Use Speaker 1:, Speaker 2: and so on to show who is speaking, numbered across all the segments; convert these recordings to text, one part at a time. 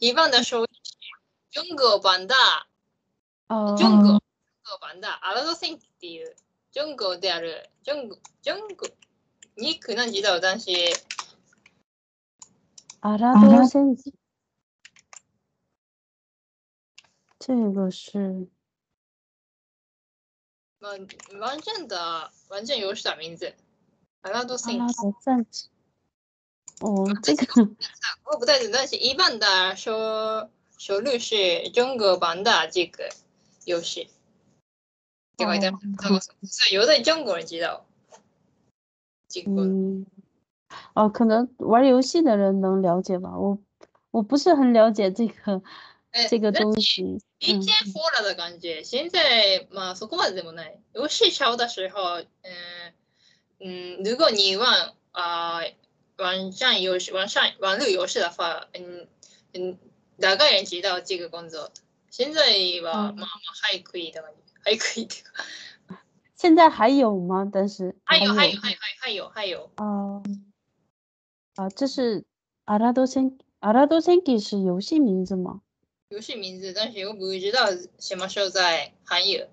Speaker 1: 一番の消費者、ジョングをバンダ
Speaker 2: あ
Speaker 1: ー、
Speaker 2: ー
Speaker 1: ジョングを、ジョングをバンダー、アラドセンキっていう、ジョングである、ジョング、ジョング、ニック何時だ男子、
Speaker 2: 阿
Speaker 1: 嗯
Speaker 2: 拉多先知。这个是
Speaker 1: まあ、ワンチャンだ、ワンチャン用した名字。アラド
Speaker 2: 阿
Speaker 1: セン
Speaker 2: 拉
Speaker 1: キ。
Speaker 2: 伯战士。哦，这个
Speaker 1: 我不太懂，但是一般的说说律是中国版的这个游戏。这个
Speaker 2: 哦
Speaker 1: 我是有的中国人知道。这个
Speaker 2: 嗯，哦，可能玩游戏的人能了解吧。我我不是很了解这个
Speaker 1: 哎
Speaker 2: 这个
Speaker 1: 那
Speaker 2: 东西。
Speaker 1: 以前火了的感觉，现在まあそこまででもない。游戏潮的时候，嗯嗯，如果你玩啊、玩上游戏、玩上玩路游戏的话，嗯嗯，大概人知道这个工作。现在はまあ
Speaker 2: 嗯
Speaker 1: まあ还可以的感觉，还可以的。
Speaker 2: 现在还有吗？但是
Speaker 1: 还有还
Speaker 2: 还
Speaker 1: 有还有还有还有
Speaker 2: 哦，啊，这是阿拉多先阿拉多先给是游戏名字吗？
Speaker 1: 游戏名字，但是我不知道什么时候在含有，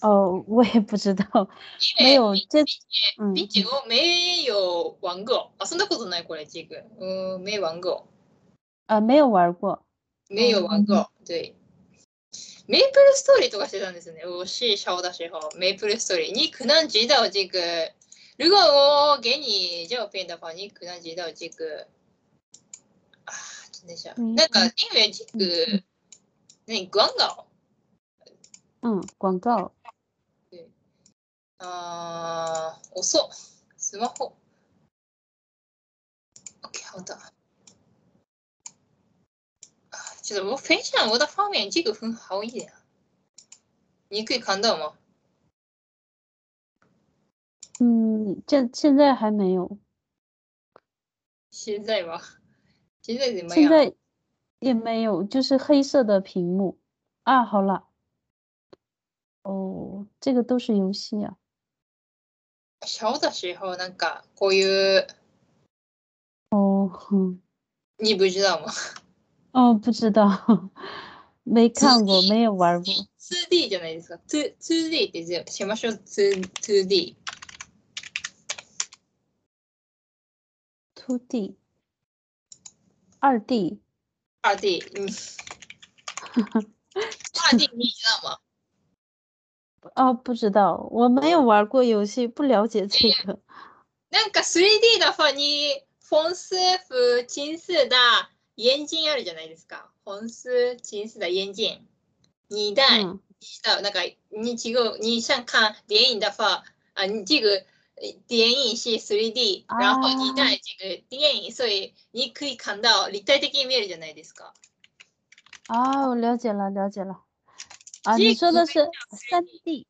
Speaker 2: 哦，我也不知道，
Speaker 1: 因
Speaker 2: 没
Speaker 1: 为
Speaker 2: 有这嗯
Speaker 1: 毕竟我没有玩过。あ、そんなことないこれ这个，嗯，没玩过，
Speaker 2: 呃没有玩过。
Speaker 1: 没有玩过。对，メイプルストーリーとかしてたんですね。我是小的时候，メイプルストーリー，你可能知道这个。如果我给你照片的话，你可能知道这个。啊，真的是，
Speaker 2: 嗯
Speaker 1: 那个因为这个，那广告。
Speaker 2: 嗯，广告
Speaker 1: あー、遅っ。スマホ。OK、好的。啊这个我分享我的方面，这个很好一点。你可以看到吗？
Speaker 2: 嗯，这现在还没有，
Speaker 1: 现在吧，现在怎么
Speaker 2: 现
Speaker 1: 样？
Speaker 2: 在也没有，就是黑色的屏幕啊。好了，哦，这个都是游戏啊。
Speaker 1: 小的时候なんかこういう
Speaker 2: 哦， 哼
Speaker 1: 你不知道吗
Speaker 2: 哦，不知道，没看过，没有 玩过。
Speaker 1: ？2D じゃないですか。2 2D って全部しましょう。2 2D。
Speaker 2: two D，二 D，
Speaker 1: 2D。うん。2D 你知道吗？
Speaker 2: 哦，不知道，我没有玩过游戏，不了解这 个。
Speaker 1: なんか 3D の方に本数符、チ数だ、眼鏡あるじゃないですか。本数、チ数だ、眼鏡。你的、
Speaker 2: 嗯，
Speaker 1: 知道那个你这个你想看电影的话啊，你这个呃电影是 3D，
Speaker 2: 啊
Speaker 1: 然后你带这个电影，所以你可以看到立体的見えるじゃないですか。
Speaker 2: 啊，我了解了，了解了。啊，
Speaker 1: 这
Speaker 2: 你说
Speaker 1: 个
Speaker 2: 的
Speaker 1: 非
Speaker 2: 是
Speaker 1: 常
Speaker 2: 三 D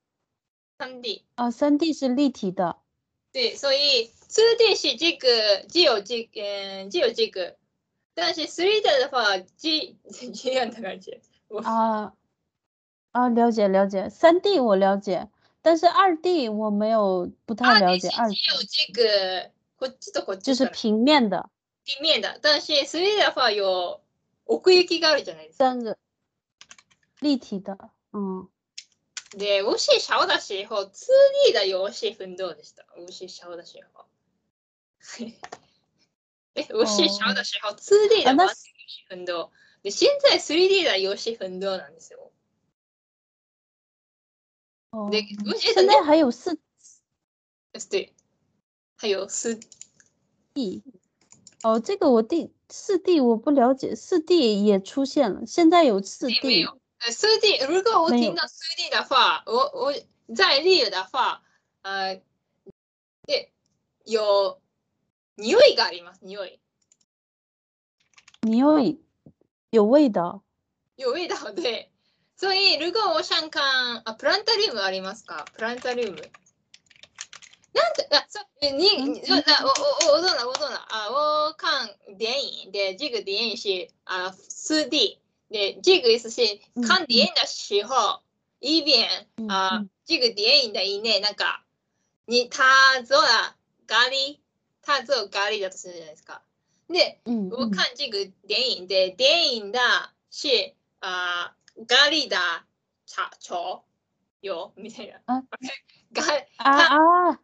Speaker 1: 3D。
Speaker 2: 啊，三 D 是立体的。
Speaker 1: 对，所以 2D 是这个只有这个嗯只有这个，但是 3D 的话这这样的感觉。
Speaker 2: 啊啊，了解了解，三 D 我了解，但是二 D 我没有不太了解，二 D
Speaker 1: 只有这个こっちとこっ
Speaker 2: 就
Speaker 1: ち
Speaker 2: 是
Speaker 1: から
Speaker 2: 平面的
Speaker 1: 平面的，但是 3D 的话有奥行きがあるじゃないですか。
Speaker 2: 三个立体的，嗯，
Speaker 1: で、我是小的时候 2D 的游戏很多でした。我是小的时候。 え、我是小的时候 2D 的
Speaker 2: 啊那
Speaker 1: 游戏很多。で、现在 3D 的游戏很多なんですよ。
Speaker 2: 哦，
Speaker 1: で、我觉得
Speaker 2: 现
Speaker 1: ね
Speaker 2: 在还有四
Speaker 1: 对，还有四，
Speaker 2: 哦，这个我第四 D 我不了解，四 D 也出现了，现在有四
Speaker 1: 也没
Speaker 2: D
Speaker 1: 有呃，四 D，如果我
Speaker 2: 没
Speaker 1: 听
Speaker 2: 有
Speaker 1: 到四 D 的话，我我在立的话，呃，で有匂いがあります。匂い。
Speaker 2: 有味道
Speaker 1: 有味道で。所以如果我想看あプランタリウムありますか？プランタリウム。なんてあそうえに
Speaker 2: うん
Speaker 1: にそうあおおおどなおどなあ我看电影で这个电影是啊四 D で这个意思是
Speaker 2: うん
Speaker 1: 看电影的时候一边
Speaker 2: 嗯
Speaker 1: 啊
Speaker 2: 嗯
Speaker 1: 这个电影的以内なんかに他做了咖喱他做咖喱だとするじゃないですか。で，
Speaker 2: 嗯，
Speaker 1: 我看这个电影的电影的是啊、呃咖喱的茶球有明显人
Speaker 2: 啊，
Speaker 1: 咖
Speaker 2: 啊啊，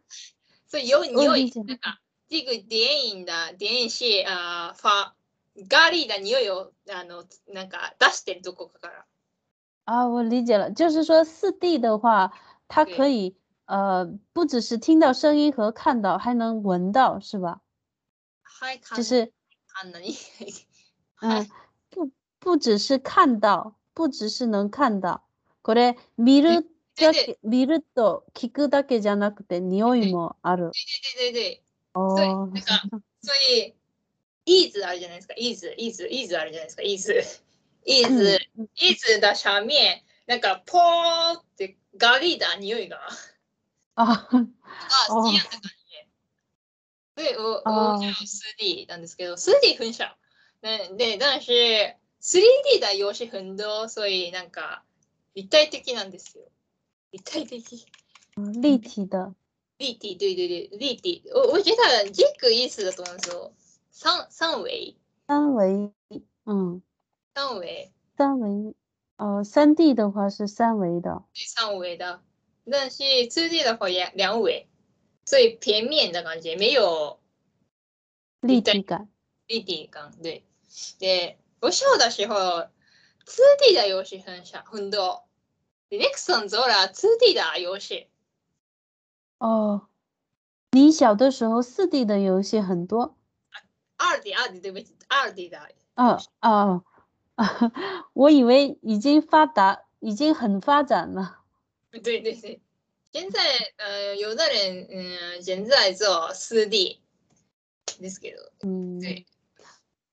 Speaker 1: 所以有
Speaker 2: 我
Speaker 1: 你有
Speaker 2: 理解
Speaker 1: 那个这个电影的电影是啊、呃、发咖喱的匂いをあのなんか出してるとこから。
Speaker 2: 啊，我理解了，就是说四 D 的话，它
Speaker 1: 对
Speaker 2: 可以呃，不只是听到声音和看到，还能闻到，是吧？
Speaker 1: はい、かん
Speaker 2: 就是
Speaker 1: かんなに。はい
Speaker 2: 嗯，不不只是看到，不只是能看到，これ見るだけ、見ると聞くだけじゃなくて匂いもある。
Speaker 1: 对对对，对
Speaker 2: 哦，
Speaker 1: 那个，所以椅子あるじゃないですか。椅子、椅子、椅子あるじゃないですか。椅子、椅子、
Speaker 2: 嗯
Speaker 1: 椅子的下面なんかポーってガリだ匂いが
Speaker 2: 啊，
Speaker 1: あ好きやった感じ。で、お、
Speaker 2: あ
Speaker 1: お、
Speaker 2: ー
Speaker 1: じゃあ 3D なんですけど、3D 噴射。ね、で、男子 3D だ用紙奮闘、そういうなんか立体的なんですよ。立体的。
Speaker 2: 立体的，
Speaker 1: 立体，对对对，立体。我我觉得这个意思的东西，三三维，
Speaker 2: 三维，嗯，
Speaker 1: 三维，
Speaker 2: 三维，呃，三 D 的话是三维的，
Speaker 1: 三维的。但是 2D 的话也两维，所以平面的感觉没有
Speaker 2: 立
Speaker 1: 对
Speaker 2: 体感。
Speaker 1: 立体感。对，で、我小的时候，2D 的游戏很少很多。で、Nexon 做了 2D 的游戏，
Speaker 2: 哦，你小的时候四 D 的游戏很多，
Speaker 1: 2D 2D 对不起，2D 的。
Speaker 2: 嗯哦，啊， 我以为已经发达，已经很发展了。
Speaker 1: 对对对，现在呃，有的人嗯，现在做 4D ですけど。
Speaker 2: 嗯，
Speaker 1: 对，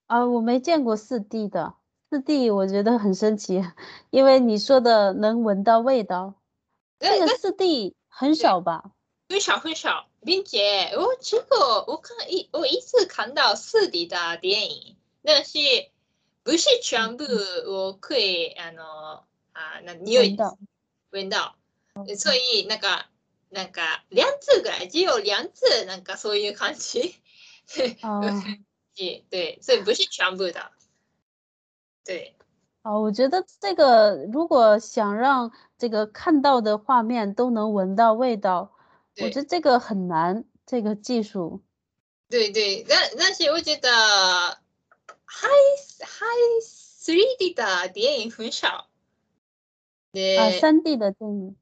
Speaker 2: 啊，我没见过四 D 的，四 D 我觉得很神奇，因为你说的能闻到味道，
Speaker 1: 但
Speaker 2: 这个
Speaker 1: 但
Speaker 2: 四 D 很少吧？
Speaker 1: 很少很少，并且我这个我看一我一次看到四 D 的电影，但是不是全部我可以啊の啊那匂
Speaker 2: 闻
Speaker 1: い
Speaker 2: 到，
Speaker 1: 闻到，所以那个なんか两次ぐらい只有两次なんかそういう感じ，
Speaker 2: 啊
Speaker 1: 对，所以不是全部的，对。
Speaker 2: 啊，我觉得这个如果想让这个看到的画面都能闻到味道，我
Speaker 1: 对
Speaker 2: 觉得这个很难，这个技术。
Speaker 1: 对对，但但是我觉得还还 3D 的电影很少，
Speaker 2: 啊，
Speaker 1: 对，
Speaker 2: 三 D 的电影，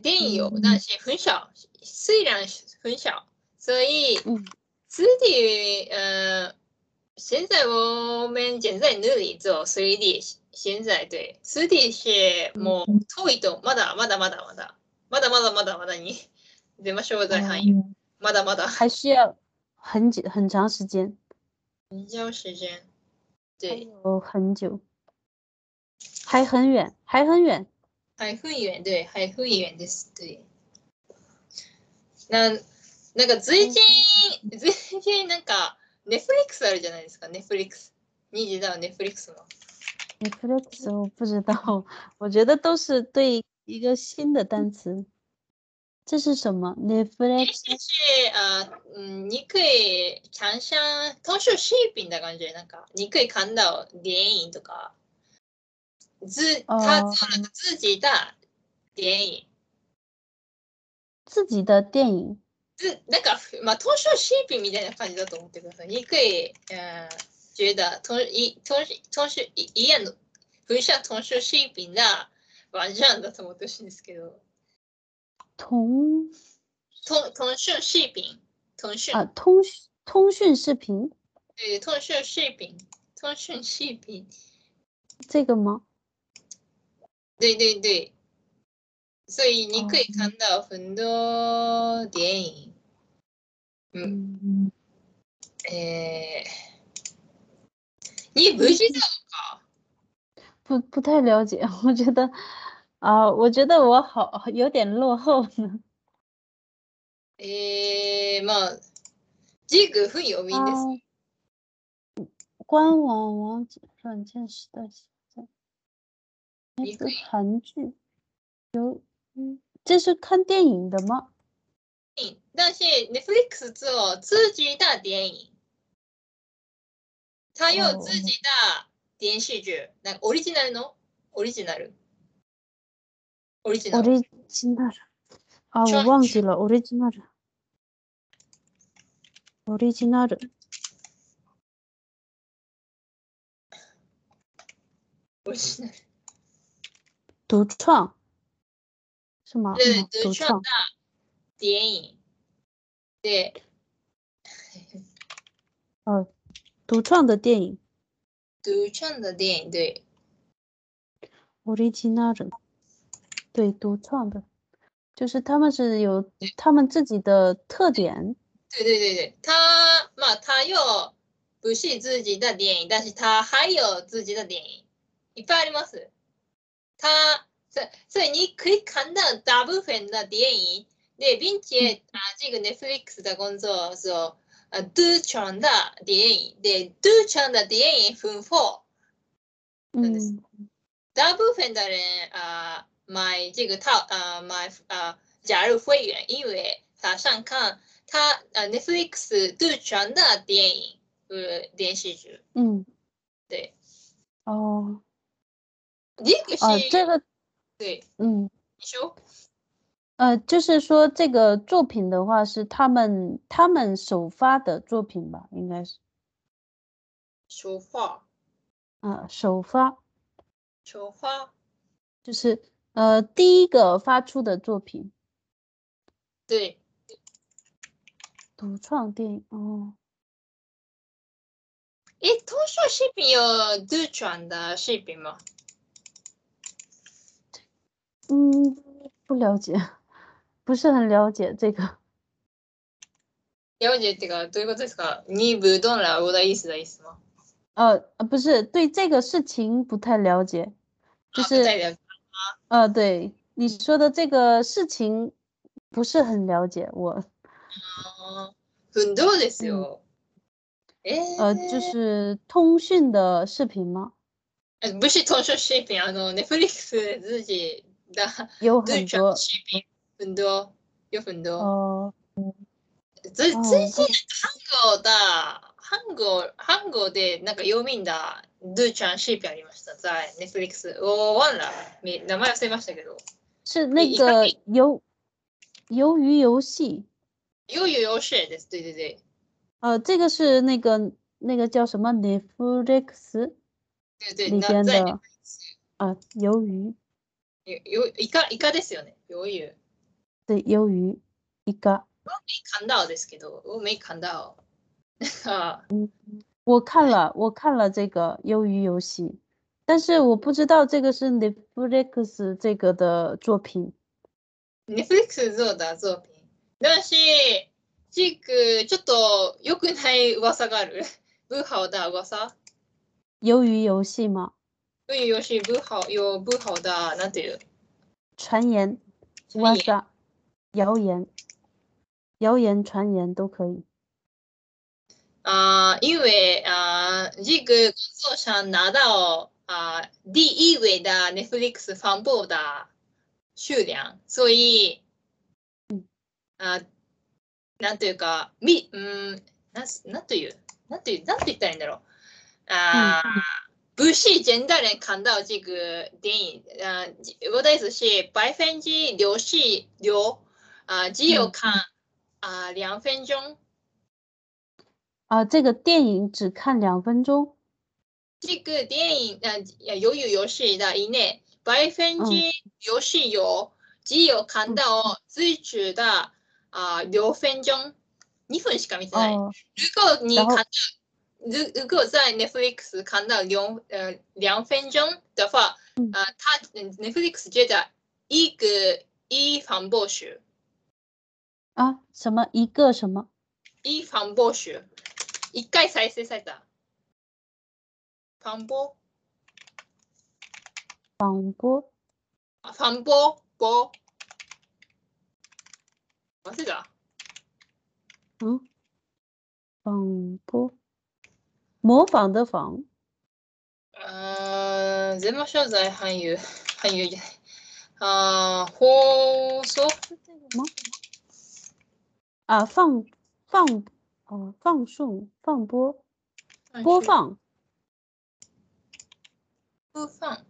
Speaker 1: 电影有，
Speaker 2: 嗯
Speaker 1: 但是很少，虽然很少，所以
Speaker 2: 嗯
Speaker 1: 3D 呃，现在我们现在努力做 3D，现在对 3D 是もう遠いとまだまだまだまだまだまだまだまだに出ましょう在範囲
Speaker 2: 嗯
Speaker 1: まだまだ
Speaker 2: 还需要很久很长时间，
Speaker 1: 很久时间，
Speaker 2: 还
Speaker 1: 对。
Speaker 2: 有很久，还很远，还很远。
Speaker 1: 海会员对，海会员です对。なんなんか最近最近なんかネフリックスあるじゃないですかネフリックス。你知道ネフリックス吗？
Speaker 2: Netflix 我不知道， 我觉得都是对一个新的单词。这是什么？Netflix
Speaker 1: 是啊，嗯，你可以尝尝通常食品的感觉，なんか你可以看到电影とか，自他
Speaker 2: 哦
Speaker 1: 做了自己的电影，
Speaker 2: 自己的电影
Speaker 1: 自なんかまあ通常シーピンみたいな感じだと思ってください。にくい、えー、觉得通い通通常い家の不是通常シーピンなワンジャンだと思ってほしいんですけど、
Speaker 2: 通
Speaker 1: 通通常シーピン通常、
Speaker 2: 啊通讯通讯视频
Speaker 1: 对通常シーピン通常シーピン
Speaker 2: 这个吗？
Speaker 1: 对对对，所以你可以看到很多电影，嗯，
Speaker 2: 嗯，
Speaker 1: えー、你不知道か？
Speaker 2: 不不太了解， 我觉得啊，我觉得我好有点落后呢。
Speaker 1: えー、まあ、ジグ不読みです。
Speaker 2: 啊官网网址软件时代下载，哎
Speaker 1: 你
Speaker 2: 这
Speaker 1: 可以
Speaker 2: 韩剧有，嗯，这是看电影的吗？
Speaker 1: 但是 Netflix 做自己的电影，他用自己的电视剧，なんかオリジナルのオリジナル。オリジナ
Speaker 2: オ
Speaker 1: ル。
Speaker 2: リジナル。あ、
Speaker 1: ちょ
Speaker 2: 啊我忘记了，オリジナル。オリジナル。
Speaker 1: オリジナル。
Speaker 2: 独创。是吗？
Speaker 1: 对
Speaker 2: 嗯
Speaker 1: 对，独
Speaker 2: 独
Speaker 1: 创的。
Speaker 2: 创
Speaker 1: 电影。对，
Speaker 2: 独创的电影。
Speaker 1: 独创的电影，对，
Speaker 2: オリジナル。对，独创的。就是他们是有他们自己的特点。
Speaker 1: 对对对对，他嘛，他又不是自己的电影，但是他还有自己的电影，いっぱいあります。他所以所以你可以看到大部分的电影，对，并且啊，这个 Netflix 的工作是呃独创的电影，对，独创的电影分法。そうです
Speaker 2: 嗯，
Speaker 1: 大部分的人啊、呃买这个套啊、呃买啊、呃加入会员，因为他想看他呃 Netflix 独创的电影呃电视剧。
Speaker 2: 嗯，
Speaker 1: 对，
Speaker 2: 哦，
Speaker 1: 这个是、
Speaker 2: 啊，这个，
Speaker 1: 对，
Speaker 2: 嗯，
Speaker 1: 你说
Speaker 2: 呃，就是说这个作品的话是他们他们首发的作品吧，应该是，
Speaker 1: 说话
Speaker 2: 啊，首发
Speaker 1: 说话，
Speaker 2: 就是呃第一个发出的作品，
Speaker 1: 对，
Speaker 2: 独创电影，哦，
Speaker 1: 诶，图书视频有独创的视频吗？
Speaker 2: 嗯，不了解， 不是很了解这个，
Speaker 1: 了解这个どういうことですか？你不懂了我的意思的意思吗？
Speaker 2: 呃，不是对这个事情不太了解，就
Speaker 1: 啊
Speaker 2: 是
Speaker 1: 再了解
Speaker 2: 呃，对你说的这个事情不是很了解，我
Speaker 1: あー運動ですよ。えー
Speaker 2: 呃就是通讯的视频吗？
Speaker 1: え不是通讯视频、あの、ネフリックス自己的
Speaker 2: 有很
Speaker 1: 独
Speaker 2: 多
Speaker 1: 创视频、很多、有很多。
Speaker 2: 哦
Speaker 1: 最
Speaker 2: 哦
Speaker 1: 最近、韓国だ、韓国、韓国でなんか読みんだ、ドゥちゃん視頻ありました、在ネフリックス。おー、ワンラ、み名前忘れましたけど。
Speaker 2: 是那
Speaker 1: 一看
Speaker 2: 个鱿鱿鱼游戏，
Speaker 1: よいよよしです、对对对。
Speaker 2: 呃，这个是那个那个叫什么 Netflix
Speaker 1: 对对、
Speaker 2: 里
Speaker 1: な
Speaker 2: 边
Speaker 1: 在
Speaker 2: 的啊、呃鱿鱼，
Speaker 1: よよイカ、イカですよね。よいよ。
Speaker 2: 对，鱿鱼一个，
Speaker 1: 看到ですけど、我没看到。あ
Speaker 2: 我看了我看了这个鱿鱼游戏，但是我不知道这个是 Netflix 这个的作品。
Speaker 1: ネフリックス像だ、ゾーピン。だし、チーク、ちょっと良くない噂がある。 ブーハオだ、噂。
Speaker 2: 鱿鱼游戏吗？
Speaker 1: ブーヨシ、ブーハオ、ヨ、ブーハオだ、なんていう。
Speaker 2: 传言、
Speaker 1: 言
Speaker 2: 哇塞、谣言、谣言、传言都可以。
Speaker 1: あー、因为、あー、ジーク、工作者なだを、あー、D 以外だ、ネフリックス、ファンボーだ、修量。所以、あー、なんというか、み、うん、なんす、なんという、なんという、なんて言ったらいいんだろう。あー、
Speaker 2: 嗯
Speaker 1: 不是简单人看到这个电影，呃，我的意思是百分之六十六，啊，只有
Speaker 2: 嗯
Speaker 1: 看啊、两分钟，
Speaker 2: 啊，这个电影只看两分钟。
Speaker 1: 这个电影呃由于游戏的以内百分之六十六，只有看到最初的啊六分钟，二分しか見てない。
Speaker 2: 哦，
Speaker 1: 如果你
Speaker 2: 然后
Speaker 1: 看到，如如果在 Netflix 看到两呃两分钟的话，
Speaker 2: 嗯
Speaker 1: 呃，他 Netflix 觉得一个一防暴雪，
Speaker 2: 啊，什么一个什么
Speaker 1: 一防暴雪，一回再生された。防暴，
Speaker 2: 广播
Speaker 1: 防暴暴，忘れた。
Speaker 2: 嗯，广播，模仿的仿
Speaker 1: あー全部商材俳優俳優じゃない。あー放送
Speaker 2: 是这个吗？啊，放放哦，放送放播播放
Speaker 1: ファ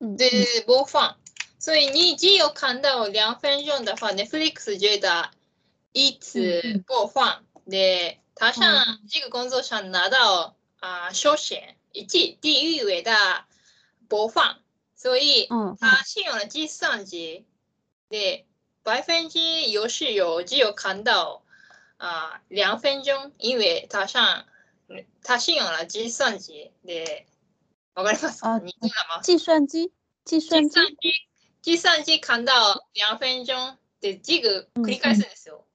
Speaker 2: うん嗯
Speaker 1: ン。对对对，播放。所以你只有看到两分钟的话，Netflix 觉得一
Speaker 2: 嗯
Speaker 1: 次播放。で、他上这个工作上拿到啊首选以及第一位的播放，所以
Speaker 2: うんうん
Speaker 1: 他信用了计算机。对，百分之有是有只有看到啊、两分钟，因为他上嗯他信用了计算机。对，わかりますか？
Speaker 2: あ
Speaker 1: 你懂了吗？
Speaker 2: 计算机计算
Speaker 1: 计
Speaker 2: 机
Speaker 1: 算机计算机看到两分钟でジグ繰り返すんですよ。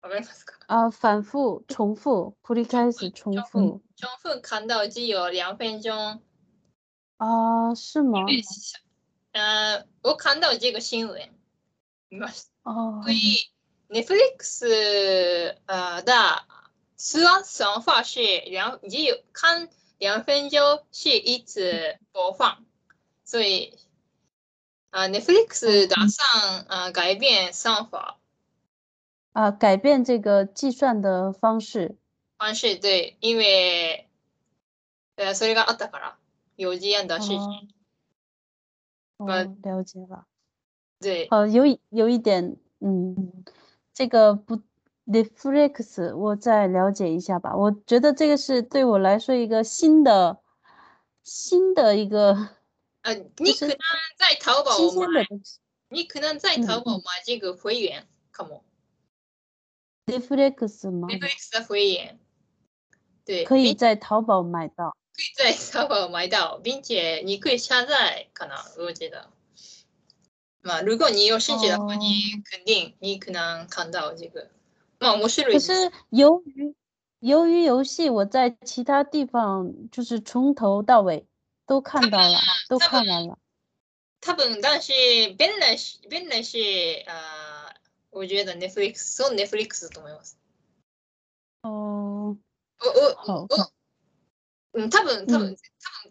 Speaker 1: わかりますか？
Speaker 2: あ啊反复重复繰り返す重复
Speaker 1: 重复看到只有两分钟。
Speaker 2: あー啊是吗？
Speaker 1: 嗯，我看到这个新闻，見ました。
Speaker 2: あ
Speaker 1: 所
Speaker 2: ー
Speaker 1: 以 Netflix 呃的虽然想法是两只有看两分钟是一直播放，所以啊、呃 Netflix 打算呃改变算法
Speaker 2: 啊，改变这个计算的方式。
Speaker 1: 方式，对，因为呃それがあったから有这样的事情，
Speaker 2: 哦，
Speaker 1: 把
Speaker 2: 哦了解了。
Speaker 1: 对，
Speaker 2: 好，有一有一点，嗯，这个不 Netflix，我再了解一下吧。我觉得这个是对我来说一个新的、新的一个
Speaker 1: 呃，你可能在淘宝
Speaker 2: 新鲜的
Speaker 1: 买，
Speaker 2: 东西。
Speaker 1: 你可能在淘宝买这个会员，可么
Speaker 2: Netflix 吗？
Speaker 1: Netflix 的会员，对，
Speaker 2: 可以
Speaker 1: 并
Speaker 2: 在淘宝买到。
Speaker 1: 在淘宝买到，并且你可以下载可能我觉得。まあ、如果你有兴趣的话，
Speaker 2: 哦
Speaker 1: 你肯定你可能看到这个。まあ、面白い
Speaker 2: 可
Speaker 1: です
Speaker 2: 由于由于游戏，我在其他地方就是从头到尾都看到了，都
Speaker 1: 他
Speaker 2: 看
Speaker 1: 们
Speaker 2: 完了。
Speaker 1: 多分、但是、便利し、便利し、あー我觉得 Netflix、そう Netflix だと思います。
Speaker 2: 哦，
Speaker 1: お、
Speaker 2: 好
Speaker 1: お、お、うん、多分、多分、多分
Speaker 2: う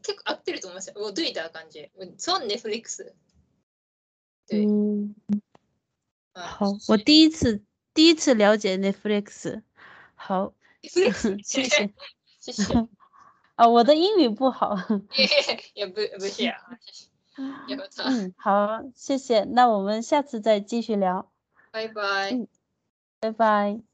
Speaker 1: 結構合ってると思いますよ。お、どういった感じうんそう Netflix。对
Speaker 2: 嗯。
Speaker 1: あ
Speaker 2: 好，我第一次第一次了解 Netflix。好，
Speaker 1: Netflix
Speaker 2: 谢谢。
Speaker 1: 谢谢。 い
Speaker 2: 啊，我的英语不 好。
Speaker 1: やいやいや、ぶ、ぶしや。いやまた
Speaker 2: 嗯，好，谢谢。那我们下次再继续聊，
Speaker 1: バイバイ。
Speaker 2: 拜拜。